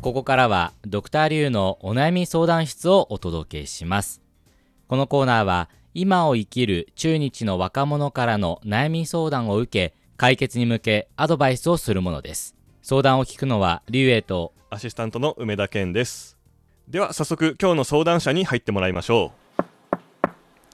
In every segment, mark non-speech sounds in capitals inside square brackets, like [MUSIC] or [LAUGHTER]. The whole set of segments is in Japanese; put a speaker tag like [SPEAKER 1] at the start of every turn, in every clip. [SPEAKER 1] ここからはドクターリュウのお悩み相談室をお届けしますこのコーナーは今を生きる中日の若者からの悩み相談を受け解決に向けアドバイスをするものです相談を聞くのはリュウエイと
[SPEAKER 2] アシスタントの梅田健ですでは早速今日の相談者に入ってもらいましょう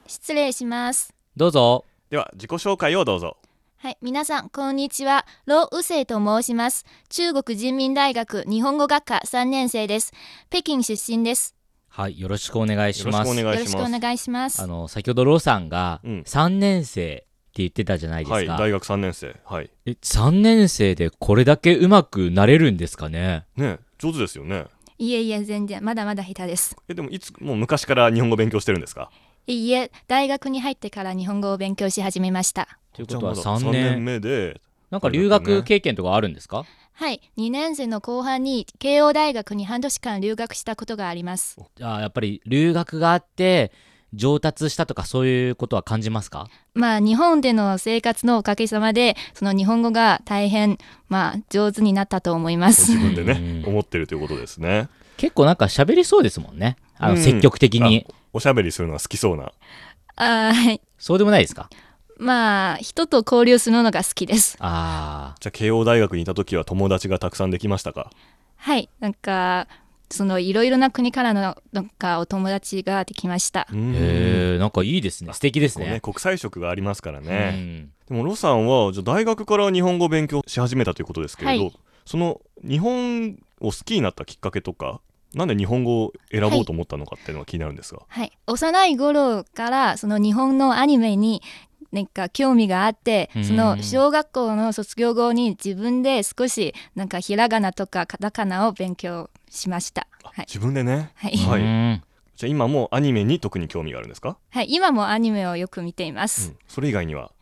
[SPEAKER 3] 失礼します
[SPEAKER 1] どうぞ
[SPEAKER 2] では自己紹介をどうぞ
[SPEAKER 3] はい皆さんこんにちはロウウセイと申します中国人民大学日本語学科3年生です北京出身です
[SPEAKER 1] はいよろしくお願いします
[SPEAKER 2] よろしくお
[SPEAKER 3] よ
[SPEAKER 2] 願
[SPEAKER 3] ろ
[SPEAKER 2] い
[SPEAKER 3] し
[SPEAKER 2] し
[SPEAKER 3] くお
[SPEAKER 2] ます
[SPEAKER 3] 願いします
[SPEAKER 1] あの先ほどローさんが
[SPEAKER 2] うん
[SPEAKER 1] 3年生って言ってたじゃないで
[SPEAKER 2] は
[SPEAKER 1] す
[SPEAKER 2] い
[SPEAKER 1] か、
[SPEAKER 2] 大学三年生はい
[SPEAKER 1] え3年生でこれだけうまくなれるんですかね
[SPEAKER 2] ね上手ですよね
[SPEAKER 3] いえいえ全然まだまだ下手です
[SPEAKER 2] えでもいつもう昔から日本語勉強してるんですか
[SPEAKER 3] いいえ大学に入ってから日本語を勉強し始めました
[SPEAKER 1] ということは
[SPEAKER 2] じゃあまだ
[SPEAKER 1] 3
[SPEAKER 2] 三
[SPEAKER 1] 年
[SPEAKER 2] 目で
[SPEAKER 1] なんか留学経験とかあるんですか、
[SPEAKER 3] はい2年生の後半に慶応大学に半年間留学したことがあります
[SPEAKER 1] じゃあやっぱり留学があって上達したとかそういうことは感じますか
[SPEAKER 3] まあ日本での生活のおかげさまでその日本語が大変まあ上手になったと思います
[SPEAKER 2] 自分でね
[SPEAKER 1] うん
[SPEAKER 2] 思ってるということですね
[SPEAKER 1] 結構なんか喋りそうですもんねあの
[SPEAKER 2] うん
[SPEAKER 1] 積極的に、
[SPEAKER 2] あおしゃべりするのは好きそうな
[SPEAKER 3] [LAUGHS] あーはい
[SPEAKER 1] そうでもないですか
[SPEAKER 3] まあ人と交流するのが好きです
[SPEAKER 1] ああ
[SPEAKER 2] じゃあ慶応大学にいた時は友達がたくさんできましたか
[SPEAKER 3] はいなんかそのいろいろな国からのなんかお友達ができました
[SPEAKER 2] うん
[SPEAKER 1] へえんかいいですね素敵です
[SPEAKER 2] こうね
[SPEAKER 1] ね
[SPEAKER 2] 国際色がありますから
[SPEAKER 1] う
[SPEAKER 2] ね、
[SPEAKER 1] ん
[SPEAKER 2] でもロさんはじゃあ大学から日本語を勉強し始めたということですけれど、
[SPEAKER 3] はい
[SPEAKER 2] その日本を好きになったきっかけとかなんで日本語を選ぼうと思ったのかっていうのが気になるんですが、
[SPEAKER 3] はい幼い頃からその日本のアニメになんか興味があって
[SPEAKER 1] うん
[SPEAKER 3] その小学校の卒業後に自分で少しなんかひらがなとかカタカナを勉強しました
[SPEAKER 2] あ
[SPEAKER 3] はい、
[SPEAKER 2] 自分でね
[SPEAKER 3] はい
[SPEAKER 2] はい
[SPEAKER 1] うん
[SPEAKER 2] じゃあ今もうアニメに特に興味があるんですか、
[SPEAKER 3] はい、今もアニメをよく見ていま
[SPEAKER 2] う
[SPEAKER 3] す、
[SPEAKER 2] ん、それ以外には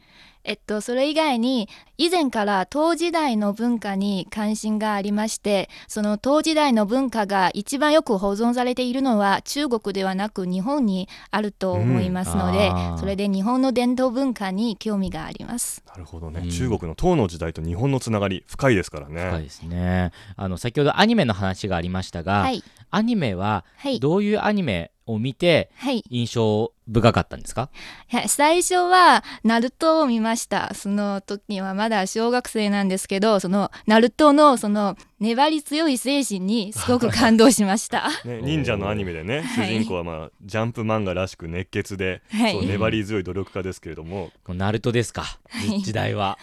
[SPEAKER 3] えっと、それ以外に以前から唐時代の文化に関心がありましてその唐時代の文化が一番よく保存されているのは中国ではなく日本にあると思いますので、
[SPEAKER 1] うんあー
[SPEAKER 3] それで日本の伝統文化に興味があります。
[SPEAKER 2] なるほどね、
[SPEAKER 1] うん
[SPEAKER 2] 中国の唐の時代と日本のつながり深いですからね、
[SPEAKER 1] 深いですねあの先ほどアニメの話がありましたが、
[SPEAKER 3] はい、
[SPEAKER 1] アニメは
[SPEAKER 3] はい
[SPEAKER 1] どういうアニメを見て
[SPEAKER 3] はい、
[SPEAKER 1] 印象深かったんですか
[SPEAKER 3] はい最初はナルトを見ましたその時はまだ小学生なんですけどそのナルトのその粘り強い精神にすごく感動しました。
[SPEAKER 2] ね、忍者のアニメでね主
[SPEAKER 3] はい
[SPEAKER 2] 人公は、まあ、ジャンプ漫画らしく熱血で、
[SPEAKER 3] は
[SPEAKER 2] そう
[SPEAKER 3] い、
[SPEAKER 2] 粘り強い努力家ですけれど
[SPEAKER 3] [LAUGHS]
[SPEAKER 2] も
[SPEAKER 1] もうナルトですか、
[SPEAKER 3] はい
[SPEAKER 1] 時代は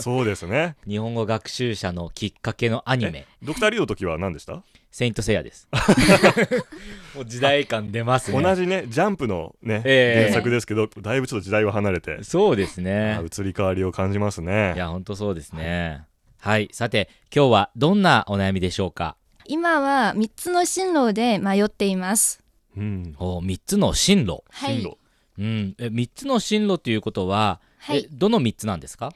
[SPEAKER 2] そうですね
[SPEAKER 1] 日本語学習者のきっかけのアニメ
[SPEAKER 2] ドクターリオの時は何でした
[SPEAKER 1] 「セイント・セイヤ」ですもう時代感出ます [LAUGHS] ね
[SPEAKER 2] 同じねジャンプのね、
[SPEAKER 1] ええ
[SPEAKER 2] 原作ですけどだいぶちょっと時代は離れて、
[SPEAKER 1] そうです
[SPEAKER 2] あ
[SPEAKER 1] ね
[SPEAKER 2] 移り変わりを感じます
[SPEAKER 1] い
[SPEAKER 2] ね
[SPEAKER 1] や本当そうですねはいさて今日はどんなお悩みでしょうか
[SPEAKER 3] 今は3つの進路で迷っています。
[SPEAKER 2] うん
[SPEAKER 1] お3つの進路、
[SPEAKER 3] は
[SPEAKER 2] 進路、
[SPEAKER 3] い、
[SPEAKER 1] うん、え3つの進路ということは、
[SPEAKER 3] は
[SPEAKER 1] え
[SPEAKER 3] い、
[SPEAKER 1] どの3つなんですか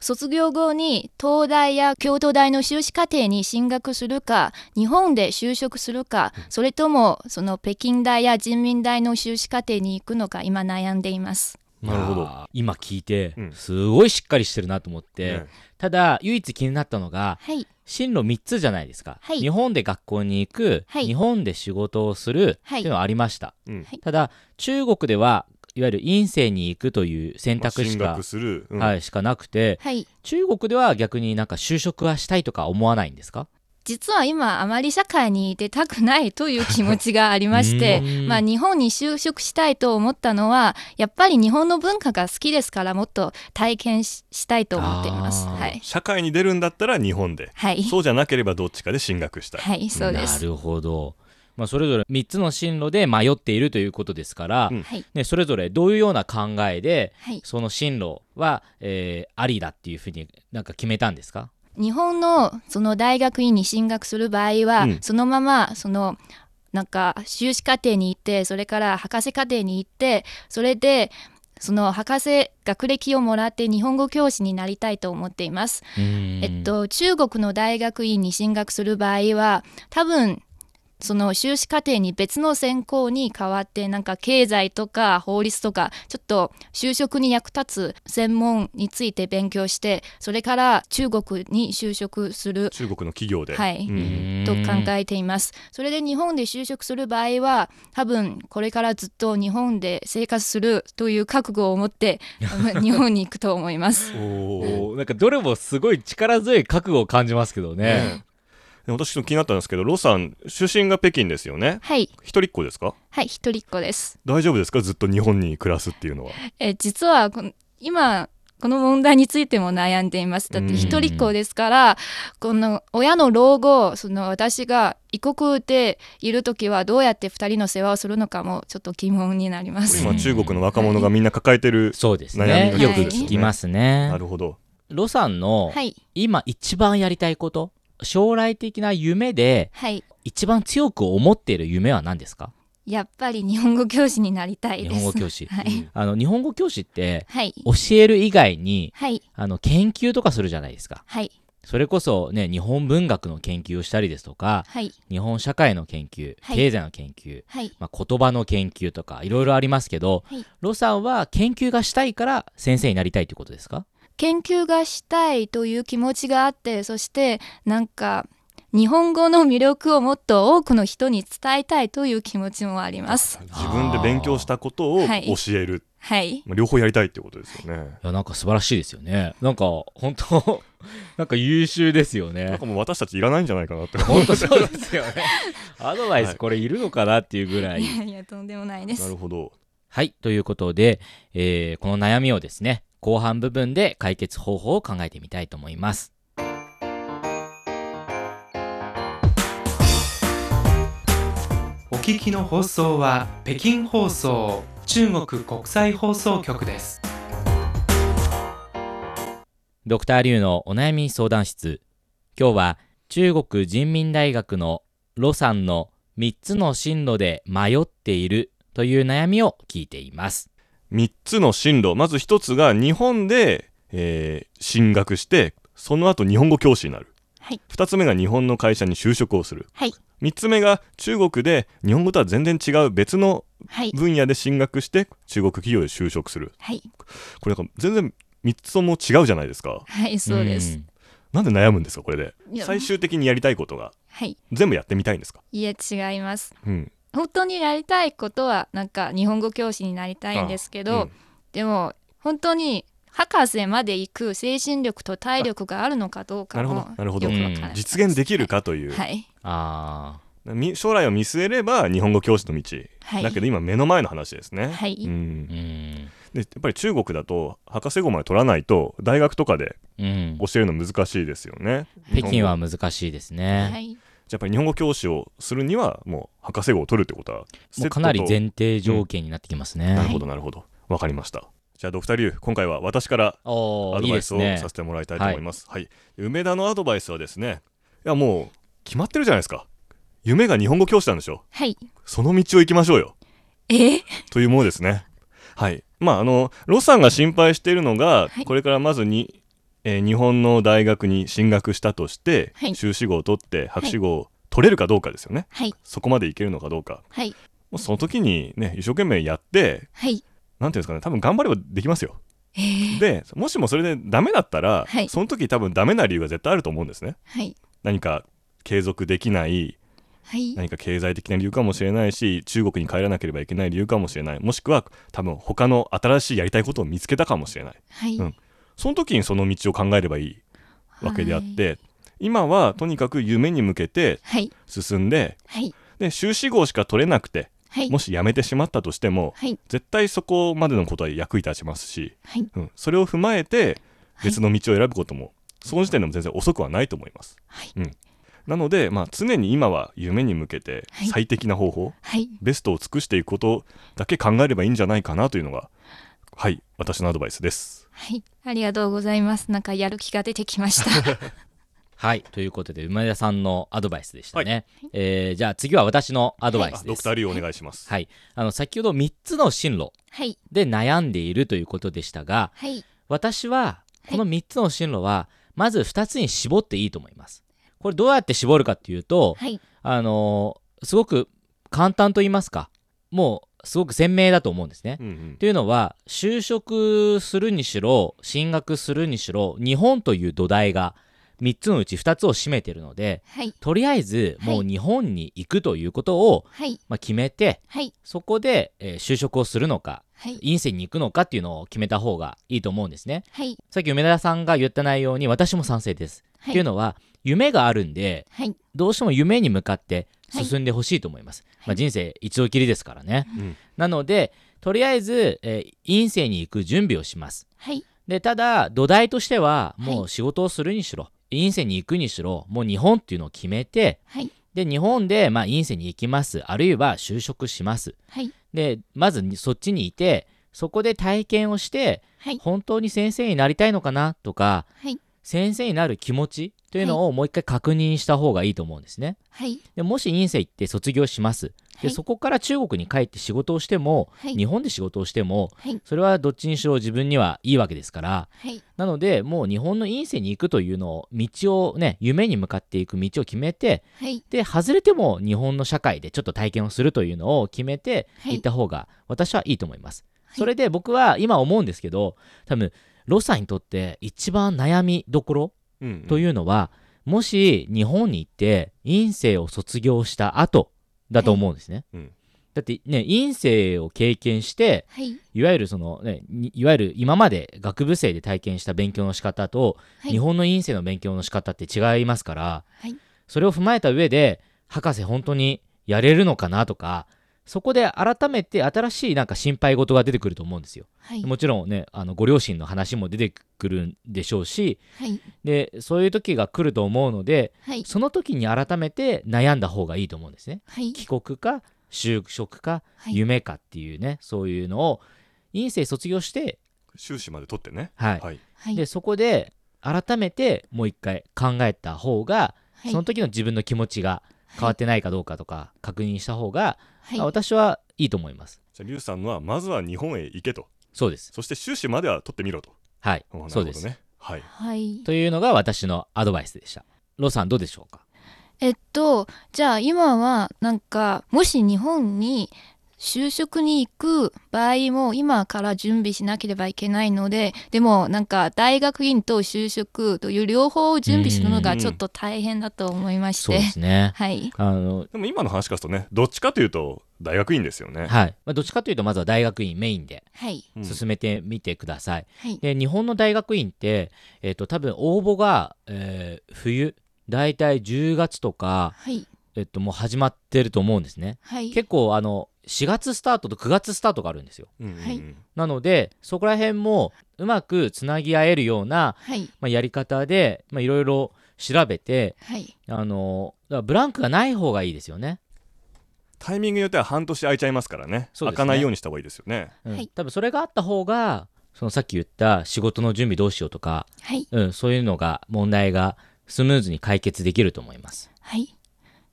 [SPEAKER 3] 卒業後に東大や京都大の修士課程に進学するか日本で就職するかそれともその北京大や人民大の修士課程に行くのか今悩んでいます。
[SPEAKER 2] なるほ
[SPEAKER 1] いや
[SPEAKER 2] ど、
[SPEAKER 1] ー今聞いて
[SPEAKER 2] うん
[SPEAKER 1] すごいしっかりしてるなと思って、
[SPEAKER 2] ね
[SPEAKER 1] ただ唯一気になったのが
[SPEAKER 3] はい、
[SPEAKER 1] 進路3つじゃないですか、
[SPEAKER 3] はい
[SPEAKER 1] 日本で学校に行く、
[SPEAKER 3] はい
[SPEAKER 1] 日本で仕事をするって
[SPEAKER 3] はい
[SPEAKER 1] いうのはありました、
[SPEAKER 2] うん
[SPEAKER 3] はい
[SPEAKER 1] ただ中国ではいわゆる院生に行くという選
[SPEAKER 2] まあ
[SPEAKER 1] 択し
[SPEAKER 2] 進
[SPEAKER 1] か
[SPEAKER 2] 学、する、うん
[SPEAKER 1] はい、しかなくて
[SPEAKER 3] はい、
[SPEAKER 1] 中国では逆になんか就職はしたいとか思わないんですか
[SPEAKER 3] 実は今あまり社会に出たくないという気持ちがありま
[SPEAKER 1] [LAUGHS]
[SPEAKER 3] し
[SPEAKER 1] う
[SPEAKER 3] て
[SPEAKER 1] ーん
[SPEAKER 3] まあ、日本に就職したいと思ったのはやっぱり日本の文化が好きですからもっと体験ししたいと思っています。
[SPEAKER 1] あー
[SPEAKER 3] はい、
[SPEAKER 2] 社会に出るんだったら日本で
[SPEAKER 3] はい
[SPEAKER 2] そうじゃなければどっちかで進学したい、
[SPEAKER 3] はい、そうで
[SPEAKER 1] な
[SPEAKER 3] す。
[SPEAKER 1] るほど、まあ、それぞれ3つの進路で迷っているということですから、
[SPEAKER 2] うん
[SPEAKER 3] はい、
[SPEAKER 1] ね、それぞれどういうような考えで
[SPEAKER 3] はい。
[SPEAKER 1] その進路は、えーありだっていうふうになんか決めたんですか
[SPEAKER 3] 日本のその大学院に進学する場合は、
[SPEAKER 2] うん
[SPEAKER 3] そのままそのなんか修士課程に行って、それから博士課程に行って、それでその博士学歴をもらって日本語教師になりたいと思っています。えっと、中国の大学院に進学する場合は多分その修士課程に別の専攻に変わってなんか経済とか法律とかちょっと就職に役立つ専門について勉強してそれから中国に就職する
[SPEAKER 2] 中国の企業で。
[SPEAKER 3] はい
[SPEAKER 2] うん
[SPEAKER 3] と考えています。それで日本で就職する場合は多分これからずっと日本で生活するという覚悟を持って
[SPEAKER 2] [LAUGHS]
[SPEAKER 3] あの日本に行くと思います。
[SPEAKER 2] おお。
[SPEAKER 1] おーなんかどれもすごい力強い覚悟を感じますけどね。
[SPEAKER 2] で私ちょっと気になったんですけど、ロさん出身が北京ですよね。
[SPEAKER 3] はい、
[SPEAKER 2] 一人っ子ですか？
[SPEAKER 3] はい、一人っ子です。
[SPEAKER 2] 大丈夫ですか？ずっと日本に暮らすっていうのは。
[SPEAKER 3] え実はこの今この問題についても悩んでいます。だっ
[SPEAKER 2] う
[SPEAKER 3] て
[SPEAKER 2] ん
[SPEAKER 3] 一人っ子ですから、この親の老後、その私が異国でいるときはどうやって二人の世話をするのかもちょっと疑問になりま
[SPEAKER 2] これ
[SPEAKER 3] す。
[SPEAKER 2] 今中国の若者がみんな抱えてる。
[SPEAKER 1] そうです
[SPEAKER 2] 悩
[SPEAKER 1] ね。
[SPEAKER 3] み
[SPEAKER 1] よ
[SPEAKER 3] の一つです
[SPEAKER 1] く
[SPEAKER 3] ね
[SPEAKER 1] 聞きますね。
[SPEAKER 2] なるほど。
[SPEAKER 1] ロさんの
[SPEAKER 3] はい、
[SPEAKER 1] 今一番やりたいこと、将来的な夢で
[SPEAKER 3] はい、
[SPEAKER 1] 一番強く思っている夢は何ですか
[SPEAKER 3] やっぱり日本語教師になりたい
[SPEAKER 1] 日
[SPEAKER 3] です。
[SPEAKER 1] 本語教師。
[SPEAKER 3] は
[SPEAKER 2] う
[SPEAKER 3] い。
[SPEAKER 2] ん
[SPEAKER 1] あの、日本語教師って
[SPEAKER 3] はい。
[SPEAKER 1] 教える以外に、
[SPEAKER 3] はい。
[SPEAKER 1] あの、研究とかするじゃないですか。
[SPEAKER 3] はい。
[SPEAKER 1] それこそね、日本文学の研究をしたりですとか、
[SPEAKER 3] はい。
[SPEAKER 1] 日本社会の研究、
[SPEAKER 3] はい
[SPEAKER 1] 経済の研究、
[SPEAKER 3] はい。
[SPEAKER 1] まあ、言葉の研究とかいろいろありますけど、
[SPEAKER 3] はい
[SPEAKER 1] ロさんは研究がしたいから先生になりたいということですか
[SPEAKER 3] 研究がしたいという気持ちがあって、そして、なんか、日本語の魅力をもっと多くの人に伝えたいという気持ちもあります。
[SPEAKER 2] 自分で勉強したことを
[SPEAKER 3] はい
[SPEAKER 2] 教える。
[SPEAKER 3] はい。
[SPEAKER 2] まあ両方やりたいってことですよね。
[SPEAKER 1] いやなんか素晴らしいですよねなんか本 [LAUGHS] 当なんか優秀ですよ
[SPEAKER 2] なん
[SPEAKER 1] ね
[SPEAKER 2] かもう私たちいらないんじゃないかなって。
[SPEAKER 1] 本当そうですよね [LAUGHS] アドバイ
[SPEAKER 2] は
[SPEAKER 1] ス
[SPEAKER 2] い
[SPEAKER 1] これいるのかなっていうぐらい
[SPEAKER 3] い [LAUGHS] やいや、とんでもないで
[SPEAKER 2] な
[SPEAKER 3] す
[SPEAKER 2] る。ほど。
[SPEAKER 1] はいということで、えーこの悩みをですね後半部分で解決方法を考えてみたいと思います
[SPEAKER 4] お聞きの放送は北京放送中国国際放送局です。
[SPEAKER 1] ドクターリュウのお悩み相談室今日は中国人民大学のロさんの3つの進路で迷っているという悩みを聞いています
[SPEAKER 2] 3つの進路まず1つが日本で、えー進学してその後日本語教師になる、
[SPEAKER 3] はい
[SPEAKER 2] 2つ目が日本の会社に就職をする、
[SPEAKER 3] はい
[SPEAKER 2] 3つ目が中国で日本語とは全然違う別の
[SPEAKER 3] はい。
[SPEAKER 2] 分野で進学して中国企業で就職する
[SPEAKER 3] はい。
[SPEAKER 2] これなんか全然3つとも違うじゃないですか
[SPEAKER 3] はい、そうです。
[SPEAKER 1] ん
[SPEAKER 2] なんで悩むんですかこれで
[SPEAKER 3] いや
[SPEAKER 2] 最終的にやりたいことが
[SPEAKER 3] はい。
[SPEAKER 2] 全部やってみたいんですか、
[SPEAKER 3] いや、違います。
[SPEAKER 2] うん、
[SPEAKER 3] 本当にやりたいことは、なんか、日本語教師になりたいんですけど、
[SPEAKER 2] うん
[SPEAKER 3] でも本当に博士まで行く精神力と体力があるのかどうかも
[SPEAKER 2] なるほど
[SPEAKER 1] なるほど
[SPEAKER 3] よくわからない
[SPEAKER 2] 実現できるかという、
[SPEAKER 3] はい
[SPEAKER 1] あ
[SPEAKER 2] み将来を見据えれば日本語教師の道、
[SPEAKER 3] はい
[SPEAKER 2] だけど今目の前の話ですね、
[SPEAKER 3] はい、
[SPEAKER 1] ー
[SPEAKER 2] うん
[SPEAKER 1] うん
[SPEAKER 2] でやっぱり中国だと博士号まで取らないと大学とかで
[SPEAKER 1] うん
[SPEAKER 2] 教えるの難しいですよね
[SPEAKER 1] 北京は
[SPEAKER 2] 日本語
[SPEAKER 1] 難しいです
[SPEAKER 3] は
[SPEAKER 1] ね、
[SPEAKER 3] い
[SPEAKER 2] じゃあやっぱり日本語教師をするにはもう博士号を取るってことは
[SPEAKER 1] もうかなり
[SPEAKER 2] セット
[SPEAKER 1] 前提条件になってきますね、
[SPEAKER 2] となるほどなるほどわかりましたじゃあドクターリュウ今回は私から
[SPEAKER 1] お
[SPEAKER 2] ア
[SPEAKER 1] ー
[SPEAKER 2] ド
[SPEAKER 1] いい
[SPEAKER 2] バ
[SPEAKER 1] で
[SPEAKER 2] イス
[SPEAKER 1] す
[SPEAKER 2] を
[SPEAKER 1] ね
[SPEAKER 2] させてもらいたいと思いますはい、梅田のアドバイスはですねいやもう決まってるじゃないですか夢が日本語教師なんでしょ
[SPEAKER 3] はい
[SPEAKER 2] その道を行きましょうよ
[SPEAKER 3] え
[SPEAKER 2] というものですね。はい。まあ、あの、ロさんが心配しているのが、
[SPEAKER 3] はい
[SPEAKER 2] これからまずに、えー日本の大学に進学したとして、
[SPEAKER 3] はい
[SPEAKER 2] 修士号を取って、博士号を取れるかどうかですよね。
[SPEAKER 3] はい
[SPEAKER 2] そこまでいけるのかどうか。
[SPEAKER 3] はい
[SPEAKER 2] もうその時にね、一生懸命やって、
[SPEAKER 3] はい
[SPEAKER 2] なんていうんですかね、多分頑張ればできますよ。
[SPEAKER 3] えー
[SPEAKER 2] で、もしもそれでダメだったら、
[SPEAKER 3] はい
[SPEAKER 2] その時多分ダメな理由が絶対あると思うんですね。
[SPEAKER 3] はい
[SPEAKER 2] 何か継続できない、
[SPEAKER 3] はい
[SPEAKER 2] 何か経済的な理由かもしれないし中国に帰らなければいけない理由かもしれないもしくは多分他の新しいやりたいことを見つけたかもしれない
[SPEAKER 3] はい
[SPEAKER 2] うんその時にその道を考えればいいわけであっ
[SPEAKER 3] はい
[SPEAKER 2] て、今はとにかく夢に向けて
[SPEAKER 3] はい
[SPEAKER 2] 進んで
[SPEAKER 3] はい
[SPEAKER 2] で修士号しか取れなくて
[SPEAKER 3] はい
[SPEAKER 2] もし辞めてしまったとしても
[SPEAKER 3] はい
[SPEAKER 2] 絶対そこまでのことは役に立ちますし、
[SPEAKER 3] はい
[SPEAKER 2] うん、それを踏まえて
[SPEAKER 3] はい
[SPEAKER 2] 別の道を選ぶことも、その時点でも全然遅くはないと思います。
[SPEAKER 3] はい
[SPEAKER 2] うん、なので、まあ、常に今は夢に向けて
[SPEAKER 3] はい
[SPEAKER 2] 最適な方法、
[SPEAKER 3] はい
[SPEAKER 2] ベストを尽くしていくことだけ考えればいいんじゃないかなというのがはい私のアドバイスです。
[SPEAKER 3] はいありがとうございますなんかやる気が出てきました
[SPEAKER 2] [LAUGHS]
[SPEAKER 1] はいということで梅田さんのアドバイスでしたね、えーじゃあ次は私のアドバイ
[SPEAKER 2] あ
[SPEAKER 1] ス
[SPEAKER 2] ド
[SPEAKER 1] で
[SPEAKER 2] ク
[SPEAKER 1] す
[SPEAKER 2] ターリーお願いします。
[SPEAKER 1] はいあの先ほど3つの進路
[SPEAKER 3] [LAUGHS] はい
[SPEAKER 1] で悩んでいるということでしたが
[SPEAKER 3] はい
[SPEAKER 1] 私は
[SPEAKER 3] はい
[SPEAKER 1] この3つの進路はまず2つに絞っていいと思います。これどうやって絞るかっていうと、
[SPEAKER 3] はい
[SPEAKER 1] あのすごく簡単と言いますかもうすごく鮮明だと思うんですね。
[SPEAKER 2] うんうん
[SPEAKER 1] というのは就職するにしろ進学するにしろ日本という土台が3つのうち2つを占めているので
[SPEAKER 3] はい
[SPEAKER 1] とりあえずもう
[SPEAKER 3] はい
[SPEAKER 1] 日本に行くということを、
[SPEAKER 3] はい
[SPEAKER 1] まあ、決めて
[SPEAKER 3] はい
[SPEAKER 1] そこで、えー就職をするのか
[SPEAKER 3] はい
[SPEAKER 1] 院生に行くのかっていうのを決めた方がいいと思うんですね。
[SPEAKER 3] はい
[SPEAKER 1] さっき梅田さんが言った内容に私も賛成です。
[SPEAKER 3] は
[SPEAKER 1] っていう
[SPEAKER 3] い
[SPEAKER 1] のは夢があるんで
[SPEAKER 3] はい
[SPEAKER 1] どうしても夢に向かって
[SPEAKER 3] はい
[SPEAKER 1] 進んでほしいと思います。
[SPEAKER 3] はい
[SPEAKER 1] まあ、人生一度きりですからね。
[SPEAKER 2] うん
[SPEAKER 1] なのでとりあえず、えー院生に行く準備をします。
[SPEAKER 3] はい
[SPEAKER 1] でただ土台としては
[SPEAKER 3] はい
[SPEAKER 1] もう仕事をするにしろ、院生に行くにしろもう日本っていうのを決めて
[SPEAKER 3] はい
[SPEAKER 1] で日本で、まあ、院生に行きますあるいは就職します。
[SPEAKER 3] はい
[SPEAKER 1] でまずにそっちにいてそこで体験をして
[SPEAKER 3] はい
[SPEAKER 1] 本当に先生になりたいのかなとか
[SPEAKER 3] はい
[SPEAKER 1] 先生になる気持ちというのをもう一回確認した方がいいと思うんですね。
[SPEAKER 3] はい
[SPEAKER 1] でもし院生行って卒業します
[SPEAKER 3] は
[SPEAKER 1] で
[SPEAKER 3] い
[SPEAKER 1] そこから中国に帰って仕事をしても、
[SPEAKER 3] はい
[SPEAKER 1] 日本で仕事をしても
[SPEAKER 3] はい
[SPEAKER 1] それはどっちにしろ自分にはいいわけですから
[SPEAKER 3] はい
[SPEAKER 1] なのでもう日本の院生に行くというのを道をね夢に向かっていく道を決めて
[SPEAKER 3] はい
[SPEAKER 1] で外れても日本の社会でちょっと体験をするというのを決めて
[SPEAKER 3] はい
[SPEAKER 1] 行った方が私はいいと思います。
[SPEAKER 3] はい
[SPEAKER 1] それで僕は今思うんですけど多分ロさんにとって一番悩みどころ
[SPEAKER 2] うんうん
[SPEAKER 1] というのは、もし日本に行って院生を卒業した後だと思うんですね。
[SPEAKER 2] はいうん
[SPEAKER 1] だってね院生を経験して
[SPEAKER 3] はい
[SPEAKER 1] いわゆるその、ね、にいわゆる今まで学部生で体験した勉強の仕方と、
[SPEAKER 3] はい
[SPEAKER 1] 日本の院生の勉強の仕方って違いますから、
[SPEAKER 3] はい
[SPEAKER 1] それを踏まえた上で博士本当にやれるのかなとかそこで改めて新しいなんか心配事が出てくると思うんですよ。
[SPEAKER 3] はい
[SPEAKER 1] もちろんねあのご両親の話も出てくるんでしょうし、
[SPEAKER 3] はい
[SPEAKER 1] でそういう時が来ると思うので
[SPEAKER 3] はい
[SPEAKER 1] その時に改めて悩んだ方がいいと思うんですね。
[SPEAKER 3] はい
[SPEAKER 1] 帰国か就職か
[SPEAKER 3] はい
[SPEAKER 1] 夢かっていうね、そういうのを院生卒業して、
[SPEAKER 2] 修士まで取ってね
[SPEAKER 1] はい
[SPEAKER 2] はい
[SPEAKER 3] はい
[SPEAKER 1] でそこで改めてもう一回考えた方が、
[SPEAKER 3] はい
[SPEAKER 1] その時の自分の気持ちが変わってないかどうかとか確認した方が、
[SPEAKER 3] はい
[SPEAKER 1] あ私はいいと思います。
[SPEAKER 2] じゃあリュウさんのはまずは日本へ行けと
[SPEAKER 1] そうです。
[SPEAKER 2] そして修士までは取ってみろと
[SPEAKER 1] はい
[SPEAKER 2] おーなるほ、ど
[SPEAKER 1] そうです。
[SPEAKER 2] ねはい
[SPEAKER 3] はい
[SPEAKER 1] というのが私のアドバイスでした。ロさんどうでしょうか。
[SPEAKER 3] えっとじゃあ今はなんかもし日本に就職に行く場合も今から準備しなければいけないのででもなんか大学院と就職という両方を準備するのがちょっと大変だと思いまし
[SPEAKER 1] そう
[SPEAKER 3] て
[SPEAKER 1] ですね。
[SPEAKER 3] はい
[SPEAKER 1] あの
[SPEAKER 2] でも今の話からするとねどっちかというと大学院ですよね
[SPEAKER 1] はいまあ、どっちかというとまずは大学院メインで
[SPEAKER 3] はい
[SPEAKER 2] うん
[SPEAKER 1] 進めてみてください。
[SPEAKER 3] はい
[SPEAKER 1] で日本の大学院って、えっと多分応募が、えー冬大体10月とか、
[SPEAKER 3] はい
[SPEAKER 1] えっともう始まってると思うんですね。
[SPEAKER 3] はい
[SPEAKER 1] 結構あの4月スタートと9月スタートがあるんですよ。
[SPEAKER 2] うんうんうん
[SPEAKER 3] はい
[SPEAKER 1] なのでそこら辺もうまくつなぎ合えるような、
[SPEAKER 3] はい
[SPEAKER 1] まあ、やり方でまあいろいろ調べて
[SPEAKER 3] はい
[SPEAKER 1] あのだからブランクがない方がいいですよね。
[SPEAKER 2] タイミングによっては半年空いちゃいますからね
[SPEAKER 1] そうですね
[SPEAKER 2] 開かないようにした方がいいですよね
[SPEAKER 1] うん
[SPEAKER 3] はい
[SPEAKER 1] 多分それがあった方がそのさっき言った仕事の準備どうしようとか、
[SPEAKER 3] はい
[SPEAKER 1] うん、そういうのが問題がスムーズに解決できると思います。
[SPEAKER 3] はい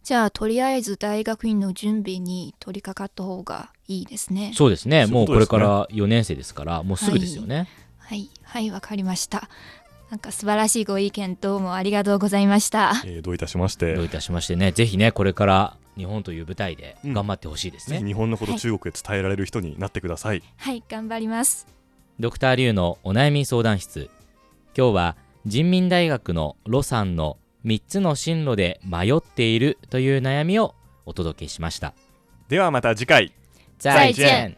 [SPEAKER 3] じゃあとりあえず大学院の準備に取り掛かった方がいいですね
[SPEAKER 1] そうですね。
[SPEAKER 2] そう
[SPEAKER 1] も
[SPEAKER 2] いうう
[SPEAKER 1] こ
[SPEAKER 2] こ
[SPEAKER 1] れ
[SPEAKER 2] とです
[SPEAKER 1] か
[SPEAKER 2] ね
[SPEAKER 1] ら4年生ですから、もうすぐですよね。
[SPEAKER 3] はいはいわかりましたなんか素晴らしいご意見どうもありがとうございました
[SPEAKER 2] えーどういたしまし
[SPEAKER 1] どう
[SPEAKER 2] て
[SPEAKER 1] いたしましてね、ぜひね、これから日本という舞台で
[SPEAKER 2] うん
[SPEAKER 1] 頑張ってほしいですね。
[SPEAKER 2] ぜひ日本のことを中国へ伝えられる人になってください
[SPEAKER 3] はい頑張ります
[SPEAKER 1] ドクターリュウのお悩み相談室。今日は人民大学のロさんの3つの進路で迷っているという悩みをお届けしました。
[SPEAKER 2] ではまた次回
[SPEAKER 1] 再见